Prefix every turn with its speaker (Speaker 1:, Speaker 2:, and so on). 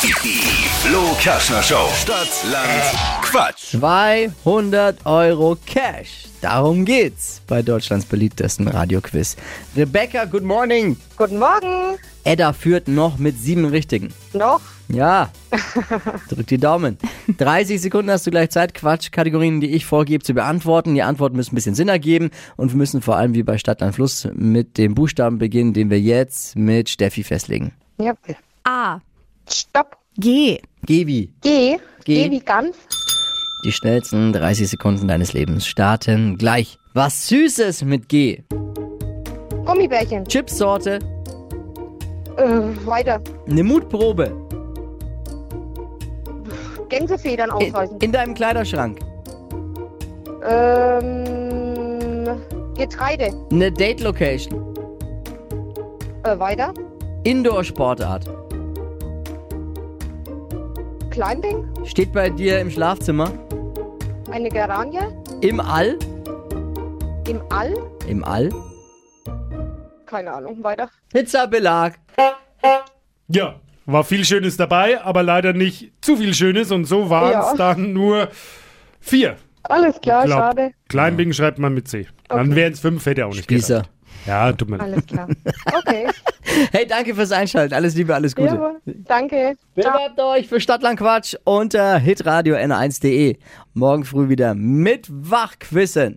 Speaker 1: Die Flo Kaschner Show. Stadt, Land, Quatsch.
Speaker 2: 200 Euro Cash. Darum geht's bei Deutschlands beliebtesten Radioquiz. Rebecca, good morning.
Speaker 3: Guten Morgen.
Speaker 2: Edda führt noch mit sieben Richtigen.
Speaker 3: Noch?
Speaker 2: Ja, drück die Daumen. 30 Sekunden hast du gleich Zeit, Quatschkategorien, die ich vorgebe, zu beantworten. Die Antworten müssen ein bisschen Sinn ergeben und wir müssen vor allem wie bei Stadtland Fluss mit dem Buchstaben beginnen, den wir jetzt mit Steffi festlegen.
Speaker 3: Jawohl.
Speaker 4: A.
Speaker 3: Stopp.
Speaker 4: G.
Speaker 2: Gebi,
Speaker 3: Geh.
Speaker 2: Geh.
Speaker 3: Geh wie ganz.
Speaker 2: die schnellsten 30 Sekunden deines Lebens starten gleich. Was Süßes mit G.
Speaker 3: Gummibärchen.
Speaker 2: Chipsorte,
Speaker 3: Äh, weiter.
Speaker 2: eine Mutprobe.
Speaker 3: Gänsefedern
Speaker 2: In,
Speaker 3: ausreißen.
Speaker 2: in deinem Kleiderschrank.
Speaker 3: Ähm, Getreide.
Speaker 2: Eine Date-Location.
Speaker 3: Äh, weiter.
Speaker 2: Indoor-Sportart.
Speaker 3: Climbing.
Speaker 2: Steht bei dir im Schlafzimmer.
Speaker 3: Eine Geranie.
Speaker 2: Im All.
Speaker 3: Im All.
Speaker 2: Im All.
Speaker 3: Keine Ahnung. Weiter.
Speaker 2: Pizzabelag.
Speaker 5: Ja, war viel Schönes dabei, aber leider nicht zu viel Schönes und so waren es
Speaker 3: Ja.
Speaker 5: dann nur vier.
Speaker 3: Alles klar.
Speaker 5: Glaub.
Speaker 3: Schade.
Speaker 5: Kleinbing schreibt man mit C. Dann wären es fünf, hätte er auch nicht
Speaker 2: Spießer.
Speaker 5: gedacht. Ja, tut mir leid.
Speaker 3: Alles klar. Okay.
Speaker 2: Hey, danke fürs Einschalten. Alles Liebe, alles Gute.
Speaker 3: Jawohl. Danke.
Speaker 2: Bewerbt euch für äh, E. Stadtlandquatsch unter hitradio n1.de. Morgen früh wieder mit Wachquissen.